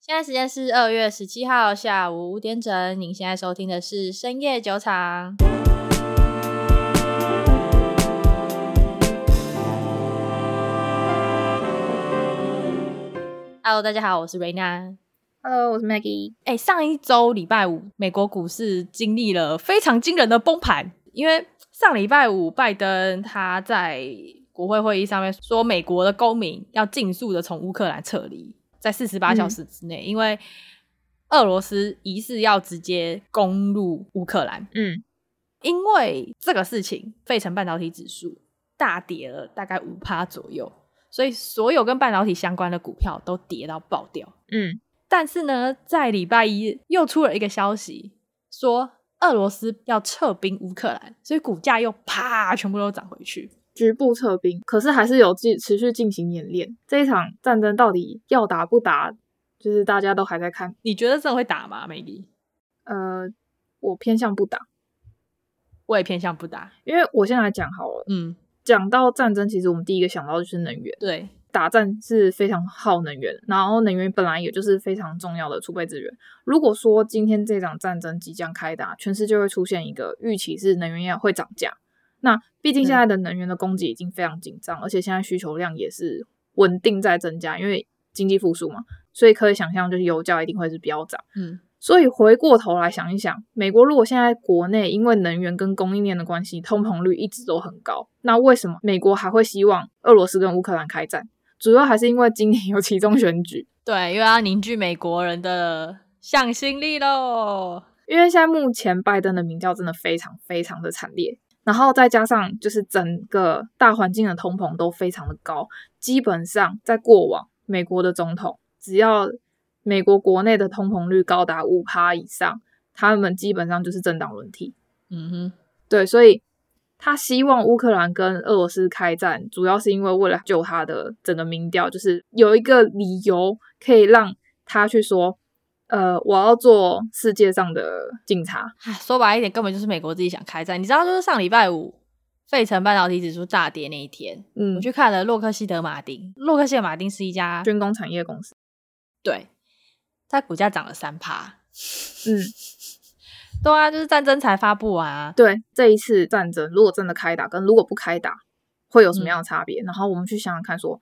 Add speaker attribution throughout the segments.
Speaker 1: 现在时间是二月十七号下午五点整，您现在收听的是深夜酒厂。Hello，大家好，我是瑞娜。
Speaker 2: Hello，我是 Maggie。
Speaker 1: 哎，上一周礼拜五，美国股市经历了非常惊人的崩盘，因为上礼拜五拜登他在国会会议上面说，美国的公民要尽速的从乌克兰撤离，在四十八
Speaker 2: 嗯
Speaker 1: 小时之内，因为俄罗斯疑似要直接攻入乌克兰。
Speaker 2: 嗯，
Speaker 1: 因为这个事情，费城半导体指数大跌了大概五趴左右，所以所有跟半导体相关的股票都跌到爆掉。
Speaker 2: 嗯，
Speaker 1: 但是呢，在礼拜一又出了一个消息，说俄罗斯要撤兵乌克兰，所以股价又啪全部都涨回去。
Speaker 2: 局部撤兵，可是还是有继持续进行演练。这一场战争到底要打不打，就是大家都还在看。
Speaker 1: 你觉得真的会打吗，美丽？
Speaker 2: 呃，我偏向不打，
Speaker 1: 我也偏向不打。
Speaker 2: 因为我先来讲好了。
Speaker 1: 嗯，
Speaker 2: 讲到战争，其实我们第一个想到的就是能源，
Speaker 1: 对，
Speaker 2: 打仗是非常耗能源，然后能源本来也就是非常重要的储备资源。如果说今天这场战争即将开打，全世界会出现一个预期是能源要会涨价。那毕竟现在的能源的供给已经非常紧张，而且现在需求量也是稳定在增加，因为经济复苏嘛，所以可以想象就是油价一定会是飙涨。
Speaker 1: 嗯，
Speaker 2: 所以回过头来想一想，美国如果现在国内因为能源跟供应链的关系，通膨率一直都很高，那为什么美国还会希望俄罗斯跟乌克兰开战？主要还是因为今年有其中选举，
Speaker 1: 对，又要凝聚美国人的向心力喽。
Speaker 2: 因为现在目前拜登的民调真的非常非常的惨烈，然后再加上就是整个大环境的通膨都非常的高，基本上在过往美国的总统，只要美国国内的通膨率高达五趴以上，他们基本上就是政党轮替。
Speaker 1: 嗯哼，
Speaker 2: 对，所以他希望乌克兰跟俄罗斯开战，主要是因为为了救他的整个民调，就是有一个理由可以让他去说，呃，我要做世界上的警察。
Speaker 1: 唉，说白一点，根本就是美国自己想开战。你知道，就是上礼拜五，费城半导体指数大跌那一天，
Speaker 2: 嗯
Speaker 1: 我，去看了洛克希德马丁。洛克希德马丁是一家
Speaker 2: 军工产业公司。
Speaker 1: 对，它股价涨了三趴。
Speaker 2: 嗯，
Speaker 1: 对啊，就是战争才发布完啊。
Speaker 2: 对，这一次战争如果真的开打，跟如果不开打，会有什么样的差别？然后我们去想想看说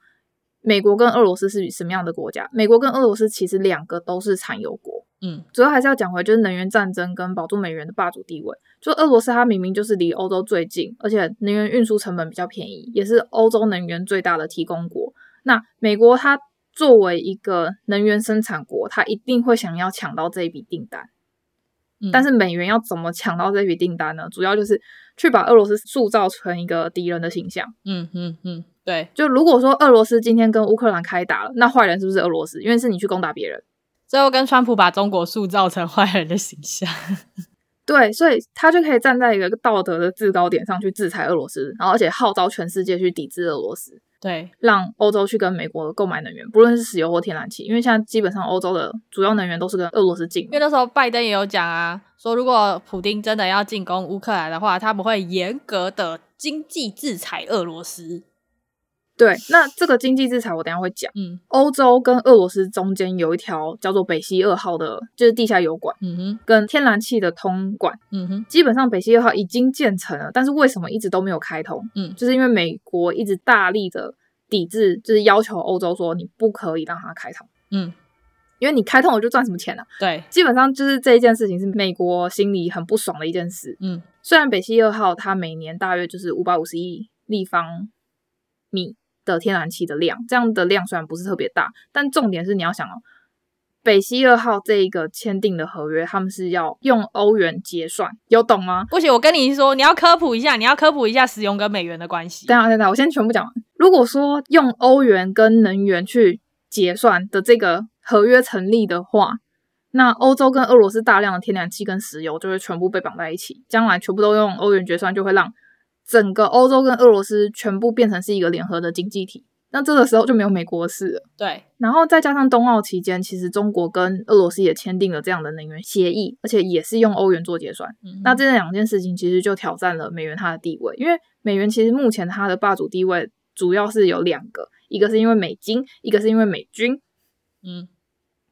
Speaker 2: 美国跟俄罗斯是什么样的国家？美国跟俄罗斯其实两个都是产油国，
Speaker 1: 嗯，
Speaker 2: 主要还是要讲回就是能源战争跟保住美元的霸主地位。就俄罗斯，它明明就是离欧洲最近，而且能源运输成本比较便宜，也是欧洲能源最大的提供国。那美国它作为一个能源生产国，它一定会想要抢到这一笔订单。
Speaker 1: 嗯
Speaker 2: 但是美元要怎么抢到这笔订单呢？主要就是去把俄罗斯塑造成一个敌人的形象。
Speaker 1: 嗯嗯嗯，对，
Speaker 2: 就如果说俄罗斯今天跟乌克兰开打了，那坏人是不是俄罗斯？因为是你去攻打别人。
Speaker 1: 最后跟川普把中国塑造成坏人的形象。
Speaker 2: 对，所以他就可以站在一个道德的制高点上去制裁俄罗斯，然后而且号召全世界去抵制俄罗斯，
Speaker 1: 对，
Speaker 2: 让欧洲去跟美国购买能源，不论是石油或天然气，因为现在基本上欧洲的主要能源都是跟俄罗斯进
Speaker 1: 因
Speaker 2: 的
Speaker 1: 为。那时候拜登也有讲啊，说如果普丁真的要进攻乌克兰的话，他们会严格的经济制裁俄罗斯。
Speaker 2: 对，那这个经济制裁我等一下会讲。
Speaker 1: 嗯
Speaker 2: 欧洲跟俄罗斯中间有一条叫做北溪二号的，就是地下油管
Speaker 1: 嗯哼
Speaker 2: 跟天然气的通管，
Speaker 1: 嗯哼
Speaker 2: 基本上北溪二号已经建成了，但是为什么一直都没有开通？
Speaker 1: 嗯
Speaker 2: 就是因为美国一直大力的抵制，就是要求欧洲说你不可以让它开通。
Speaker 1: 嗯，
Speaker 2: 因为你开通我就赚什么钱啊？
Speaker 1: 对，
Speaker 2: 基本上就是这一件事情是美国心里很不爽的一件事。
Speaker 1: 嗯
Speaker 2: 虽然北溪二号它每年大约就是五百五十亿立方米的天然气的量，这样的量虽然不是特别大，但重点是你要想哦，北溪二号这一个签订的合约，他们是要用欧元结算，有懂吗？
Speaker 1: 不行，我跟你说，你要科普一下，你要科普一下石油跟美元的关系。
Speaker 2: 等一下等一下，我先全部讲完。如果说用欧元跟能源去结算的这个合约成立的话，那欧洲跟俄罗斯大量的天然气跟石油就会全部被绑在一起，将来全部都用欧元结算，就会让整个欧洲跟俄罗斯全部变成是一个联合的经济体。那这个时候就没有美国事了。
Speaker 1: 对，
Speaker 2: 然后再加上冬奥期间，其实中国跟俄罗斯也签订了这样的能源协议，而且也是用欧元做结算。
Speaker 1: 嗯哼
Speaker 2: 那这两件事情其实就挑战了美元它的地位，因为美元其实目前它的霸主地位主要是有两个，一个是因为美金，一个是因为美军。
Speaker 1: 嗯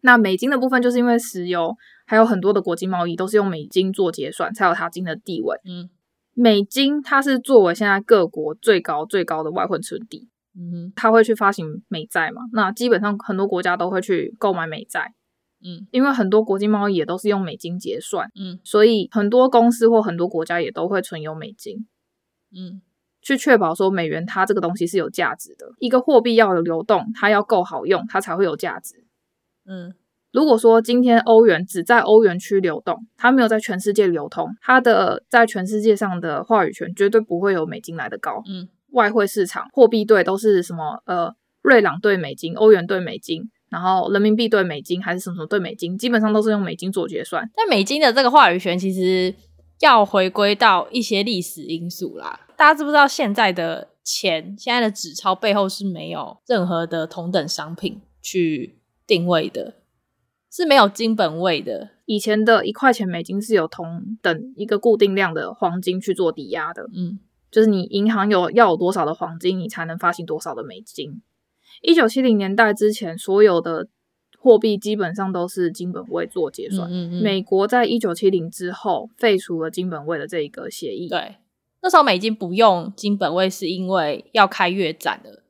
Speaker 2: 那美金的部分，就是因为石油还有很多的国际贸易都是用美金做结算，才有它今天的地位。
Speaker 1: 嗯
Speaker 2: 美金它是作为现在各国最高最高的外汇存底，
Speaker 1: 嗯哼
Speaker 2: 它会去发行美债嘛？那基本上很多国家都会去购买美债，
Speaker 1: 嗯
Speaker 2: 因为很多国际贸易也都是用美金结算，
Speaker 1: 嗯
Speaker 2: 所以很多公司或很多国家也都会存有美金，
Speaker 1: 嗯
Speaker 2: 去确保说美元它这个东西是有价值的。一个货币要有流动，它要够好用，它才会有价值。
Speaker 1: 嗯
Speaker 2: 如果说今天欧元只在欧元区流动，它没有在全世界流通，它的在全世界上的话语权绝对不会有美金来的高。
Speaker 1: 嗯
Speaker 2: 外汇市场货币对都是什么呃，瑞郎兑美金、欧元兑美金，然后人民币兑美金还是什么什么兑美金，基本上都是用美金做结算。
Speaker 1: 但美金的这个话语权其实要回归到一些历史因素啦。大家知不知道现在的钱，现在的纸钞背后是没有任何的同等商品去定位的，是没有金本位的。
Speaker 2: 以前的一块钱美金是有同等一个固定量的黄金去做抵押的，
Speaker 1: 嗯
Speaker 2: 就是你银行有要有多少的黄金，你才能发行多少的美金。一九七零年代之前，所有的货币基本上都是金本位做结算。
Speaker 1: 嗯
Speaker 2: 美国在一九七零之后废除了金本位的这一个协议，
Speaker 1: 对，那时候美金不用金本位，是因为要开越战了。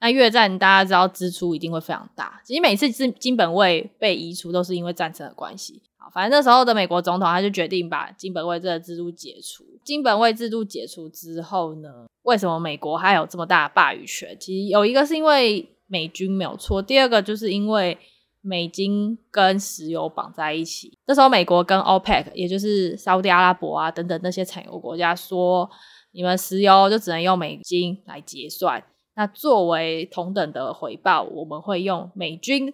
Speaker 1: 那越战大家知道支出一定会非常大，其实每次金金本位被移除都是因为战争的关系。好，反正那时候的美国总统他就决定把金本位这个制度解除。金本位制度解除之后呢，为什么美国还有这么大的霸语权？其实有一个是因为美军没有错，第二个就是因为美金跟石油绑在一起。那时候美国跟 OPEC，也就是沙特阿拉伯啊等等那些产油国家说，你们石油就只能用美金来结算。那作为同等的回报，我们会用美军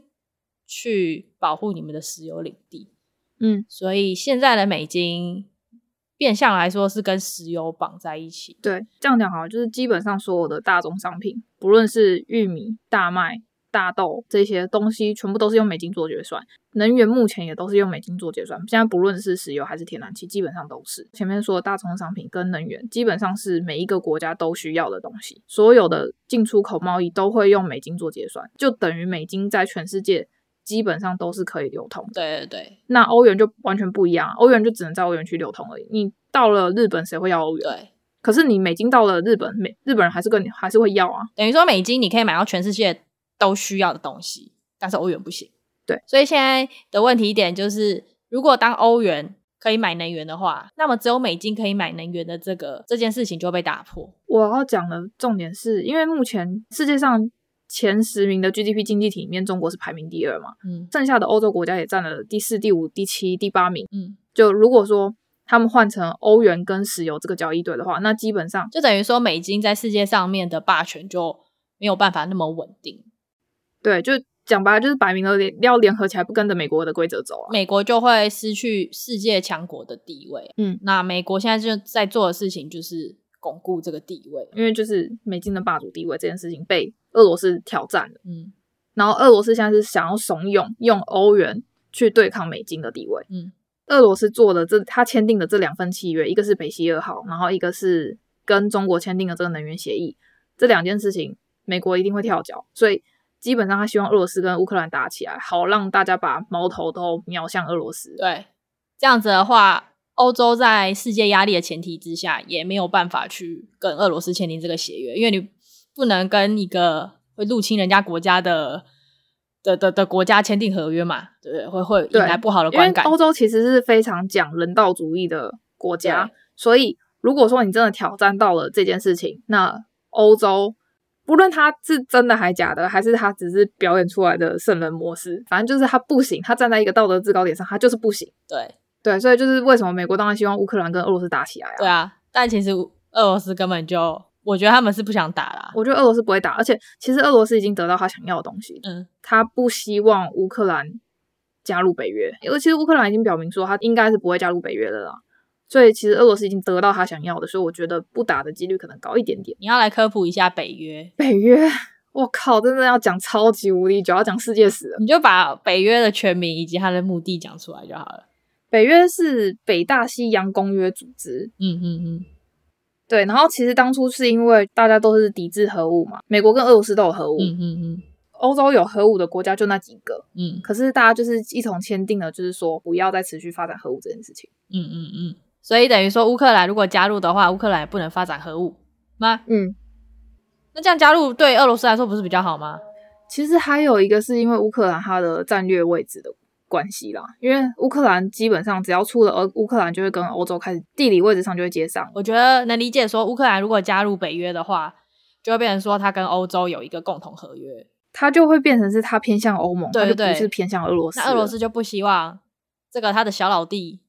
Speaker 1: 去保护你们的石油领地。
Speaker 2: 嗯，
Speaker 1: 所以现在的美金变相来说是跟石油绑在一起。
Speaker 2: 对，这样讲好了，就是基本上所有的大宗商品，不论是玉米、大麦、大豆这些东西，全部都是用美金做结算。能源目前也都是用美金做结算，现在不论是石油还是天然气，基本上都是。前面说的大宗商品跟能源，基本上是每一个国家都需要的东西，所有的进出口贸易都会用美金做结算，就等于美金在全世界基本上都是可以流通的。
Speaker 1: 对对对
Speaker 2: 那欧元就完全不一样，啊欧元就只能在欧元区流通而已。你到了日本，谁会要欧元？
Speaker 1: 对，
Speaker 2: 可是你美金到了日本，美日本人还是跟你还是会要啊。
Speaker 1: 等于说美金你可以买到全世界都需要的东西，但是欧元不行。
Speaker 2: 对，
Speaker 1: 所以现在的问题点就是，如果当欧元可以买能源的话，那么只有美金可以买能源的这个这件事情就被打破。
Speaker 2: 我要讲的重点是，因为目前世界上前十名的 GDP 经济体里面，中国是排名第二嘛，
Speaker 1: 嗯
Speaker 2: 剩下的欧洲国家也占了第四、第五、第七、第八名。
Speaker 1: 嗯，
Speaker 2: 就如果说他们换成欧元跟石油这个交易对的话，那基本上
Speaker 1: 就等于说美金在世界上面的霸权就没有办法那么稳定，
Speaker 2: 对，就讲白了就是摆明了联要联合起来，不跟着美国的规则走啊。
Speaker 1: 美国就会失去世界强国的地位。
Speaker 2: 嗯，
Speaker 1: 那美国现在就在做的事情就是巩固这个地位。
Speaker 2: 因为就是美金的霸主地位这件事情被俄罗斯挑战了，
Speaker 1: 嗯
Speaker 2: 然后俄罗斯现在是想要怂恿用欧元去对抗美金的地位。
Speaker 1: 嗯
Speaker 2: 俄罗斯做的这他签订的这两份契约，一个是北溪二号，然后一个是跟中国签订的这个能源协议，这两件事情美国一定会跳脚，所以基本上他希望俄罗斯跟乌克兰打起来，好让大家把矛头都瞄向俄罗斯。
Speaker 1: 对，这样子的话，欧洲在世界压力的前提之下，也没有办法去跟俄罗斯签订这个协约，因为你不能跟一个会入侵人家国家的的的的国家签订合约嘛，对不对？会会引
Speaker 2: 对
Speaker 1: 来不好的
Speaker 2: 因为
Speaker 1: 观感。
Speaker 2: 欧洲其实是非常讲人道主义的国家，所以如果说你真的挑战到了这件事情，那欧洲不论他是真的还假的，还是他只是表演出来的圣人模式，反正就是他不行，他站在一个道德制高点上，他就是不行。
Speaker 1: 对
Speaker 2: 对，所以就是为什么美国当然希望乌克兰跟俄罗斯打起来啊？
Speaker 1: 对啊，但其实俄罗斯根本就，我觉得他们是不想打啦。
Speaker 2: 我觉得俄罗斯不会打，而且其实俄罗斯已经得到他想要的东西，
Speaker 1: 嗯
Speaker 2: 他不希望乌克兰加入北约，因为其实乌克兰已经表明说他应该是不会加入北约的啦。所以其实俄罗斯已经得到他想要的，所以我觉得不打的几率可能高一点点。
Speaker 1: 你要来科普一下北约，
Speaker 2: 北约，我靠，真的要讲超级无力，就要讲世界史了。
Speaker 1: 你就把北约的全名以及它的目的讲出来就好了。
Speaker 2: 北约是北大西洋公约组织，
Speaker 1: 嗯嗯嗯
Speaker 2: 对。然后其实当初是因为大家都是抵制核武嘛，美国跟俄罗斯都有核武，
Speaker 1: 嗯嗯嗯，
Speaker 2: 欧洲有核武的国家就那几个，
Speaker 1: 嗯
Speaker 2: 可是大家就是一同签订了，就是说不要再持续发展核武这件事情。
Speaker 1: 嗯嗯嗯，所以等于说乌克兰如果加入的话，乌克兰也不能发展核武吗？
Speaker 2: 嗯，
Speaker 1: 那这样加入对俄罗斯来说不是比较好吗？
Speaker 2: 其实还有一个是因为乌克兰它的战略位置的关系啦，因为乌克兰基本上只要出了俄乌克兰，就会跟欧洲开始地理位置上就会接上。
Speaker 1: 我觉得能理解说乌克兰如果加入北约的话，就会变成说它跟欧洲有一个共同合约，
Speaker 2: 它就会变成是它偏向欧盟，
Speaker 1: 对
Speaker 2: 它就
Speaker 1: 对
Speaker 2: 不是偏向俄罗斯了。
Speaker 1: 那俄罗斯就不希望这个他的小老弟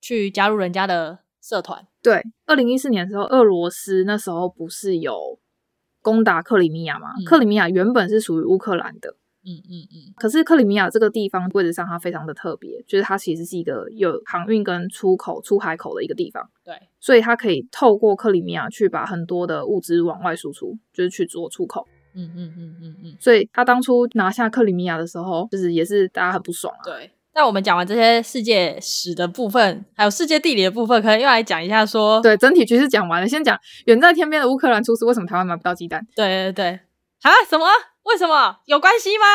Speaker 1: 去加入人家的社团。
Speaker 2: 对，二零一四年的时候，俄罗斯那时候不是有攻打克里米亚吗？
Speaker 1: 嗯
Speaker 2: 克里米亚原本是属于乌克兰的，
Speaker 1: 嗯嗯嗯
Speaker 2: 可是克里米亚这个地方位置上它非常的特别，就是它其实是一个有航运跟出口、出海口的一个地方，
Speaker 1: 对，
Speaker 2: 所以它可以透过克里米亚去把很多的物资往外输出，就是去做出口。
Speaker 1: 嗯嗯嗯嗯嗯，
Speaker 2: 所以他当初拿下克里米亚的时候，就是也是大家很不爽啊。
Speaker 1: 对。那我们讲完这些世界史的部分，还有世界地理的部分，可能又来讲一下说，
Speaker 2: 对，整体局势讲完了，先讲远在天边的乌克兰出事，为什么台湾买不到鸡蛋？
Speaker 1: 对对对，啊什么？为什么有关系吗？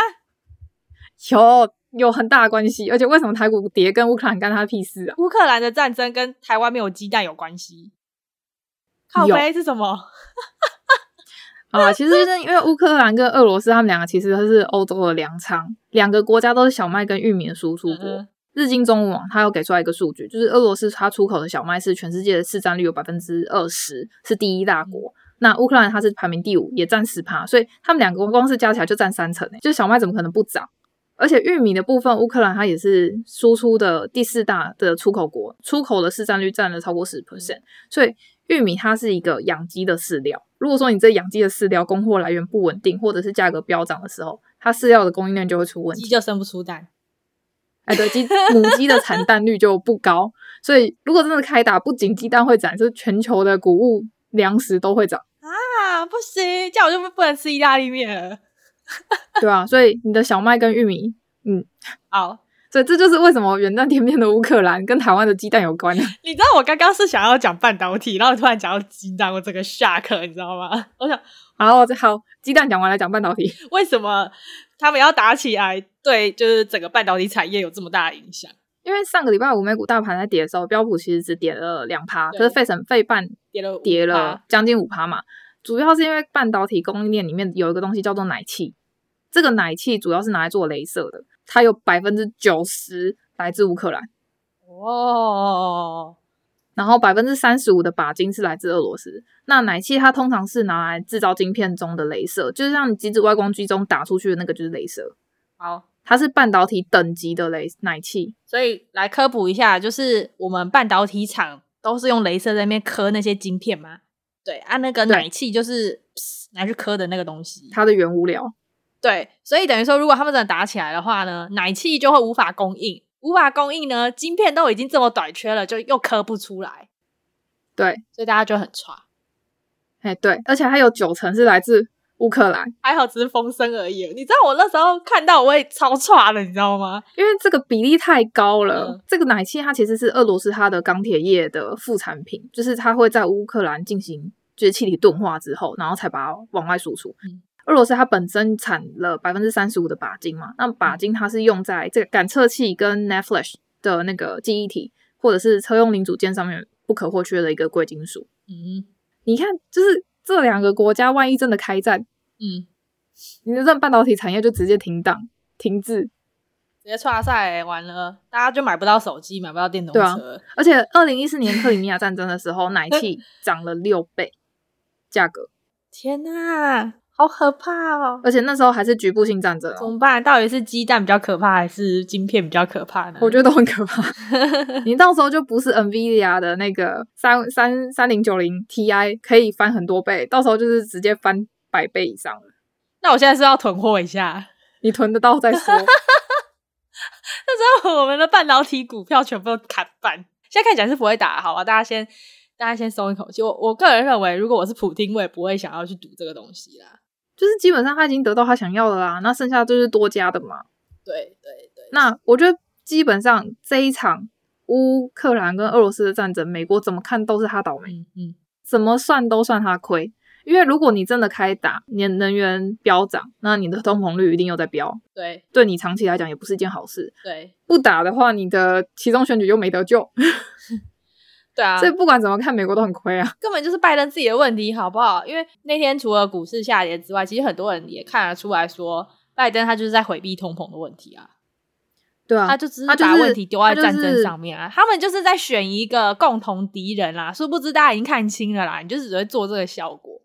Speaker 2: 有有很大的关系，而且为什么台股跌跟乌克兰干他屁事啊？
Speaker 1: 乌克兰的战争跟台湾没有鸡蛋有关系？靠
Speaker 2: 有
Speaker 1: 背是什么？
Speaker 2: 啊，其实就是因为乌克兰跟俄罗斯他们两个其实都是欧洲的粮仓，两个国家都是小麦跟玉米的输出国。
Speaker 1: 嗯
Speaker 2: 日经中文网它有给出来一个数据，就是俄罗斯它出口的小麦是全世界的市占率有百分之二十，是第一大国。那乌克兰它是排名第五，也占十趴，所以他们两个光是加起来就占三成、欸，就是小麦怎么可能不涨？而且玉米的部分，乌克兰它也是输出的第四大的出口国，出口的市占率占了超过十 percent，所以玉米它是一个养鸡的饲料。如果说你这养鸡的饲料供货来源不稳定，或者是价格飙涨的时候，它饲料的供应链就会出问题
Speaker 1: 鸡。就生不出蛋。
Speaker 2: 哎，对，鸡母鸡的产蛋率就不高，所以如果真的开打，不仅鸡蛋会涨，就是全球的谷物、粮食都会涨，
Speaker 1: 啊，不行，这样我就不不能吃意大利面了。
Speaker 2: 对啊，所以你的小麦跟玉米，
Speaker 1: 好，
Speaker 2: 所以这就是为什么远在天边的乌克兰跟台湾的鸡蛋有关、啊。
Speaker 1: 你知道我刚刚是想要讲半导体，然后突然讲到鸡蛋，我整个下课，你知道吗？我想
Speaker 2: 然后 好，鸡蛋讲完来讲半导体，
Speaker 1: 为什么他们要打起来，对，就是整个半导体产业有这么大的影响？
Speaker 2: 因为上个礼拜五美股大盘在跌的时候，标普其实只跌了两趴，
Speaker 1: 对
Speaker 2: 可是费城费半
Speaker 1: 跌了5%
Speaker 2: 跌了将近五趴嘛，主要是因为半导体供应链里面有一个东西叫做奶气，这个奶气主要是拿来做镭射的，它有百分之九十来自乌克兰。
Speaker 1: 哦，
Speaker 2: 然后百分之三十五的钯金是来自俄罗斯。那奶气它通常是拿来制造晶片中的镭射，就是像你极紫外光机中打出去的那个就是镭射，
Speaker 1: 好，
Speaker 2: 它是半导体等级的镭奶气。
Speaker 1: 所以来科普一下，就是我们半导体厂都是用镭射在那边刻那些晶片嘛。对，啊，那个
Speaker 2: 对
Speaker 1: 奶气就是噗拿去刻的那个东西。
Speaker 2: 它的原物料。
Speaker 1: 对，所以等于说，如果他们真的打起来的话呢，奶气就会无法供应，无法供应呢，晶片都已经这么短缺了，就又刻不出来，
Speaker 2: 对，
Speaker 1: 所以大家就很差。
Speaker 2: 哎对，而且还有九成是来自乌克兰，
Speaker 1: 还好只是风声而已，你知道我那时候看到我也超差的，你知道吗？
Speaker 2: 因为这个比例太高了。
Speaker 1: 嗯
Speaker 2: 这个奶气它其实是俄罗斯它的钢铁业的副产品，就是它会在乌克兰进行就是气体钝化之后，然后才把它往外输出。
Speaker 1: 嗯
Speaker 2: 俄罗斯它本身产了百分之三十五的钯金嘛，那
Speaker 1: 嗯
Speaker 2: 钯金它是用在这个感测器跟 n e t f l i s h 的那个记忆体或者是车用零组件上面不可或缺的一个贵金属。
Speaker 1: 嗯
Speaker 2: 你看，就是这两个国家万一真的开战，
Speaker 1: 嗯，
Speaker 2: 你的这半导体产业就直接停档停滞，
Speaker 1: 直接差赛、完了，大家就买不到手机，买不到电动
Speaker 2: 对啊
Speaker 1: 车，
Speaker 2: 而且二零一四年克里米亚战争的时候，奶气涨了六倍价格，
Speaker 1: 天哪、好可怕哦！
Speaker 2: 而且那时候还是局部性战争
Speaker 1: 怎
Speaker 2: 哦，
Speaker 1: 么办？到底是鸡蛋比较可怕，还是晶片比较可怕呢？
Speaker 2: 我觉得都很可怕。你到时候就不是 NVIDIA 的那个三三三零九零 Ti 可以翻很多倍，到时候就是直接翻百倍以上了。
Speaker 1: 那我现在是要囤货一下。
Speaker 2: 你囤得到再说，
Speaker 1: 那时候我们的半导体股票全部都砍半，现在看起来是不会打，好吧？大家先，大家先松一口气。我我个人认为，如果我是普丁，我也不会想要去赌这个东西啦。
Speaker 2: 就是基本上他已经得到他想要的啦，那剩下就是多加的嘛。
Speaker 1: 对对对，
Speaker 2: 那我觉得基本上这一场乌克兰跟俄罗斯的战争，美国怎么看都是他倒霉。
Speaker 1: 嗯嗯，
Speaker 2: 怎么算都算他亏，因因为如果你真的开打，你的能源飙涨，那你的通膨率一定又在飙，
Speaker 1: 对
Speaker 2: 对你长期来讲也不是一件好事。
Speaker 1: 对
Speaker 2: 不打的话，你的其中选举又没得救，
Speaker 1: 对啊，
Speaker 2: 所以不管怎么看，美国都很亏啊。
Speaker 1: 根本就是拜登自己的问题，好不好？因为那天除了股市下跌之外，其实很多人也看得出来说，拜登他就是在回避通膨的问题啊，
Speaker 2: 对啊，
Speaker 1: 他就只
Speaker 2: 他
Speaker 1: 是
Speaker 2: 就
Speaker 1: 把
Speaker 2: 是
Speaker 1: 问题丢在
Speaker 2: 他
Speaker 1: 战
Speaker 2: 就是
Speaker 1: 争上面啊。他们就是在选一个共同敌人啦，殊不知大家已经看清了啦，你就只会做这个效果。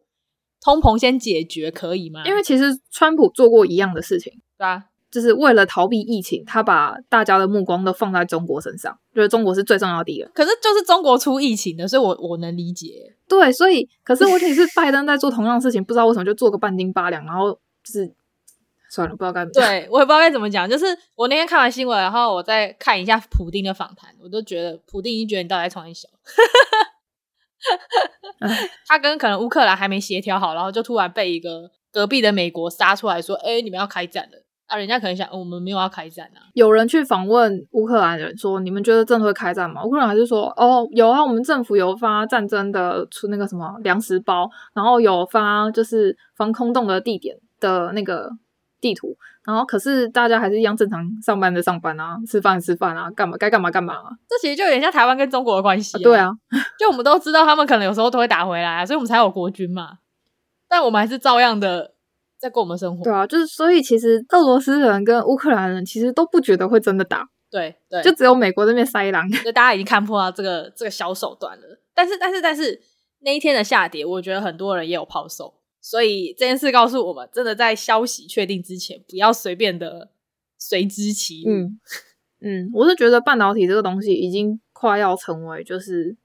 Speaker 1: 通膨先解决可以吗？
Speaker 2: 因为其实川普做过一样的事情。
Speaker 1: 对啊，
Speaker 2: 就是为了逃避疫情，他把大家的目光都放在中国身上，觉得中国是最重要的敌人。
Speaker 1: 可是就是中国出疫情的，所以我我能理解。
Speaker 2: 对，所以可是问题是，拜登在做同样的事情，不知道为什么就做个半斤八两，然后就是算了，不知道该怎么讲。
Speaker 1: 对我也不知道该怎么讲，就是我那天看完新闻，然后我再看一下普丁的访谈，我都觉得普丁已经觉得你到底在创小。
Speaker 2: 唉
Speaker 1: 他跟可能乌克兰还没协调好，然后就突然被一个隔壁的美国杀出来说：“哎、你们要开战了。”啊，人家可能想、哦我们没有要开战啊，
Speaker 2: 有人去访问乌克兰人说：“你们觉得真的会开战吗？”乌克兰还是说：“哦，有啊，我们政府有发战争的出那个什么粮食包，然后有发就是防空洞的地点的那个地图，然后可是大家还是一样正常上班的上班啊，吃饭的吃饭啊，干嘛该干嘛干嘛啊。
Speaker 1: 这其实就有点像台湾跟中国的关系、
Speaker 2: 对，啊，
Speaker 1: 就我们都知道他们可能有时候都会打回来、啊，所以我们才有国军嘛。但我们还是照样的在过我们生活。
Speaker 2: 对啊，就是所以其实俄罗斯人跟乌克兰人其实都不觉得会真的打，
Speaker 1: 对对，
Speaker 2: 就只有美国这边塞狼。
Speaker 1: 所以大家已经看破了这个这个小手段了。但是但是但是那一天的下跌，我觉得很多人也有抛售，所以这件事告诉我们，真的在消息确定之前，不要随便的随之起舞。
Speaker 2: 嗯嗯，我是觉得半导体这个东西已经快要成为就是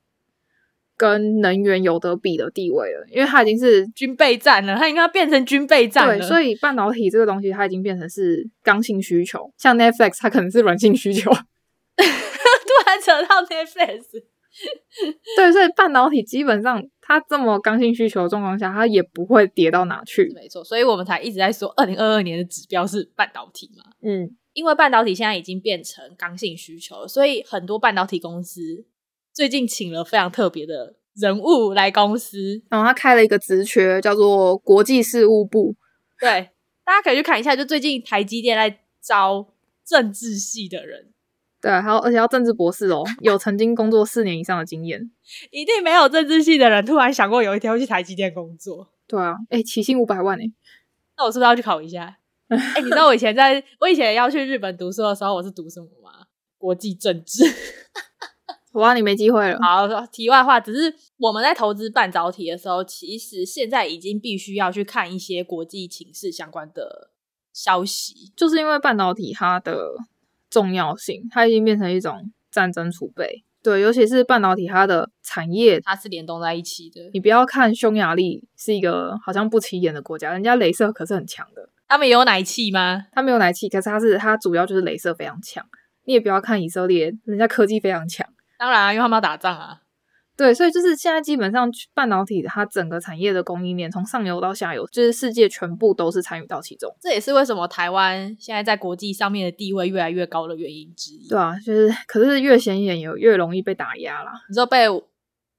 Speaker 2: 跟能源有得比的地位了，因为它已经是
Speaker 1: 军备战了，它应该变成军备战
Speaker 2: 对，
Speaker 1: 了。
Speaker 2: 所
Speaker 1: 以
Speaker 2: 以半导体这个东西它已经变成是刚性需求，像 Netflix 它可能是软性需求，
Speaker 1: 突然扯到 Netflix，
Speaker 2: 对，所以半导体基本上它这么刚性需求的状况下，它也不会跌到哪去。
Speaker 1: 没错，所以我们才一直在说，二零二二年的指标是半导体嘛。
Speaker 2: 嗯，
Speaker 1: 因为半导体现在已经变成刚性需求了，所以很多半导体公司最近请了非常特别的人物来公司，
Speaker 2: 然后它开了一个职缺叫做国际事务部，
Speaker 1: 对，大家可以去看一下，就最近台积电在招政治系的人，
Speaker 2: 对，还有而且要政治博士哦，有曾经工作四年以上的经验。
Speaker 1: 一定没有政治系的人突然想过有一天会去台积电工作，
Speaker 2: 对啊，哎、起薪五百万哎、
Speaker 1: 那我是不是要去考一下？哎、你知道我以前在我以前要去日本读书的时候，我是读什么吗？国际政治。
Speaker 2: 我让你没机会了。
Speaker 1: 好，题外话，只是我们在投资半导体的时候，其实现在已经必须要去看一些国际情势相关的消息。
Speaker 2: 就是因为半导体它的重要性，它已经变成一种战争储备。对，尤其是半导体它的产业，
Speaker 1: 它是联动在一起的，
Speaker 2: 你不要看匈牙利是一个好像不起眼的国家，人家镭射可是很强的，
Speaker 1: 他们也有奶气吗？
Speaker 2: 它没有奶气，可是它是它主要就是镭射非常强。你也不要看以色列，人家科技非常强。
Speaker 1: 当然啊，因为他们要打仗啊。
Speaker 2: 对，所以就是现在基本上半导体它整个产业的供应链，从上游到下游，就是世界全部都是参与到其中。
Speaker 1: 这也是为什么台湾现在在国际上面的地位越来越高的原因之一。
Speaker 2: 对啊，就是可是越显眼有越容易被打压啦。
Speaker 1: 你知道被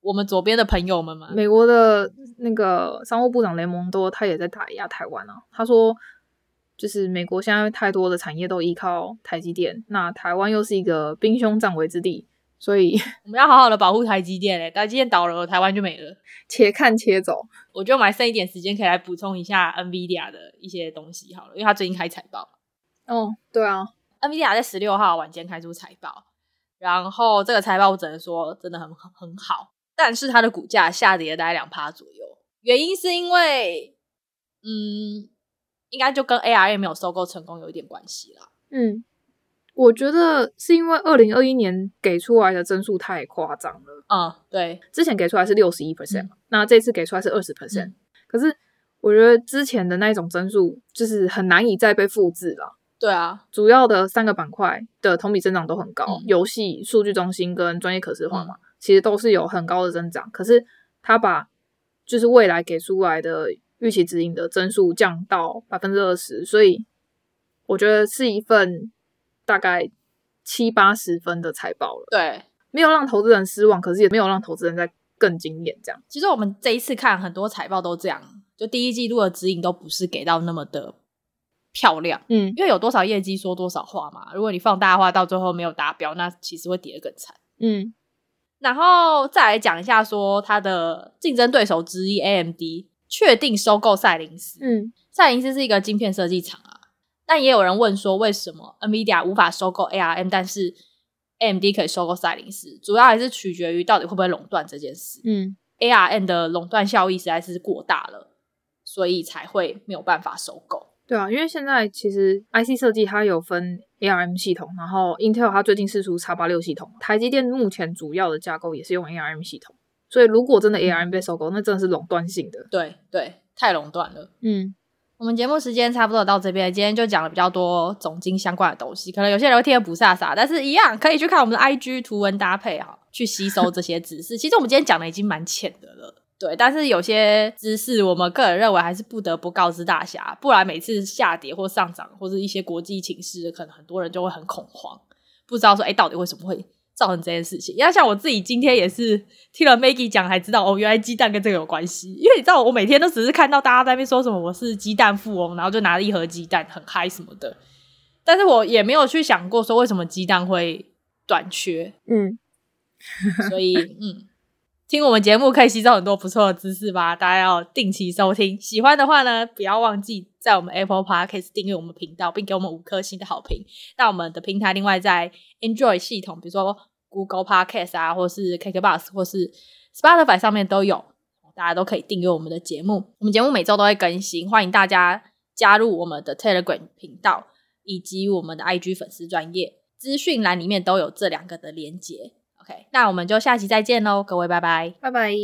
Speaker 1: 我们左边的朋友们吗？
Speaker 2: 美国的那个商务部长雷蒙多他也在打压台湾啊，他说就是美国现在太多的产业都依靠台积电，那台湾又是一个兵凶战危之地，所以
Speaker 1: 我们要好好的保护台积电嘞、台积电倒了，台湾就没了。
Speaker 2: 且看且走。
Speaker 1: 我觉得我们还剩一点时间可以来补充一下 NVIDIA 的一些东西好了，因为它最近开财报。
Speaker 2: 哦，对啊，
Speaker 1: NVIDIA 在十六号晚间开出财报，然后这个财报我只能说真的很很很好，但是它的股价下跌了大概两趴左右，原因是因为，嗯，应该就跟 ARM 没有收购成功有一点关系啦。
Speaker 2: 嗯，我觉得是因为二零二一年给出来的增速太夸张了。
Speaker 1: 嗯，对，
Speaker 2: 之前给出来是六十一 percent 嘛，那这次给出来是二十 percent，
Speaker 1: 嗯
Speaker 2: 可是我觉得之前的那一种增速就是很难以再被复制了。
Speaker 1: 对啊，
Speaker 2: 主要的三个板块的同比增长都很高，
Speaker 1: 嗯
Speaker 2: 游戏、数据中心跟专业可视化嘛，其实都是有很高的增长。可是它把就是未来给出来的预期指引的增速降到百分之二十，所以我觉得是一份大概七八十分的财报了。
Speaker 1: 对，
Speaker 2: 没有让投资人失望，可是也没有让投资人在更惊艳。这样，
Speaker 1: 其实我们这一次看很多财报都这样，就第一季度的指引都不是给到那么的漂亮，
Speaker 2: 嗯，
Speaker 1: 因为有多少业绩说多少话嘛。如果你放大话，到最后没有达标，那其实会跌得更惨。
Speaker 2: 嗯，
Speaker 1: 然后再来讲一下说它的竞争对手之一 AMD 确定收购赛灵思，
Speaker 2: 嗯，
Speaker 1: 赛灵思是一个晶片设计厂啊。但也有人问说，为什么 NVIDIA 无法收购 ARM，但是 AMD 可以收购赛灵思？主要还是取决于到底会不会垄断这件事。
Speaker 2: 嗯，
Speaker 1: ARM 的垄断效益实在是过大了，所以才会没有办法收购。
Speaker 2: 对啊，因为现在其实 IC 设计它有分 ARM 系统，然后 Intel 它最近试出 x 八六系统，台积电目前主要的架构也是用 ARM 系统，所以如果真的 ARM 被收购，那真的是垄断性的。
Speaker 1: 对对，太垄断了。
Speaker 2: 嗯，
Speaker 1: 我们节目时间差不多到这边，今天就讲了比较多总经相关的东西，可能有些人会听得不飒飒，但是一样可以去看我们的 IG 图文搭配哈，去吸收这些知识。其实我们今天讲的已经蛮浅的了，对，但是有些知识我们个人认为还是不得不告知大家，不然每次下跌或上涨或者一些国际情势，可能很多人就会很恐慌，不知道说哎、诶到底为什么会。造成这件事情，因为像我自己今天也是听了 Maggie 讲，才知道哦，原来鸡蛋跟这个有关系。因为你知道，我每天都只是看到大家在那边说什么我是鸡蛋富翁，然后就拿了一盒鸡蛋很嗨什么的，但是我也没有去想过说为什么鸡蛋会短缺。
Speaker 2: 嗯，
Speaker 1: 所以，嗯，听我们节目可以吸收很多不错的知识吧，大家要定期收听。喜欢的话呢，不要忘记在我们 Apple Podcast 订阅我们频道，并给我们五颗星的好评。那我们的平台另外在 Android 系统，比如说 Google Podcast 啊，或是 KKBox 或是 Spotify 上面都有，大家都可以订阅我们的节目。我们节目每周都会更新，欢迎大家加入我们的 Telegram 频道以及我们的 IG 粉丝专业资讯栏里面都有这两个的连接。OK，那我们就下期再见喽，各位，拜拜。
Speaker 2: 拜拜。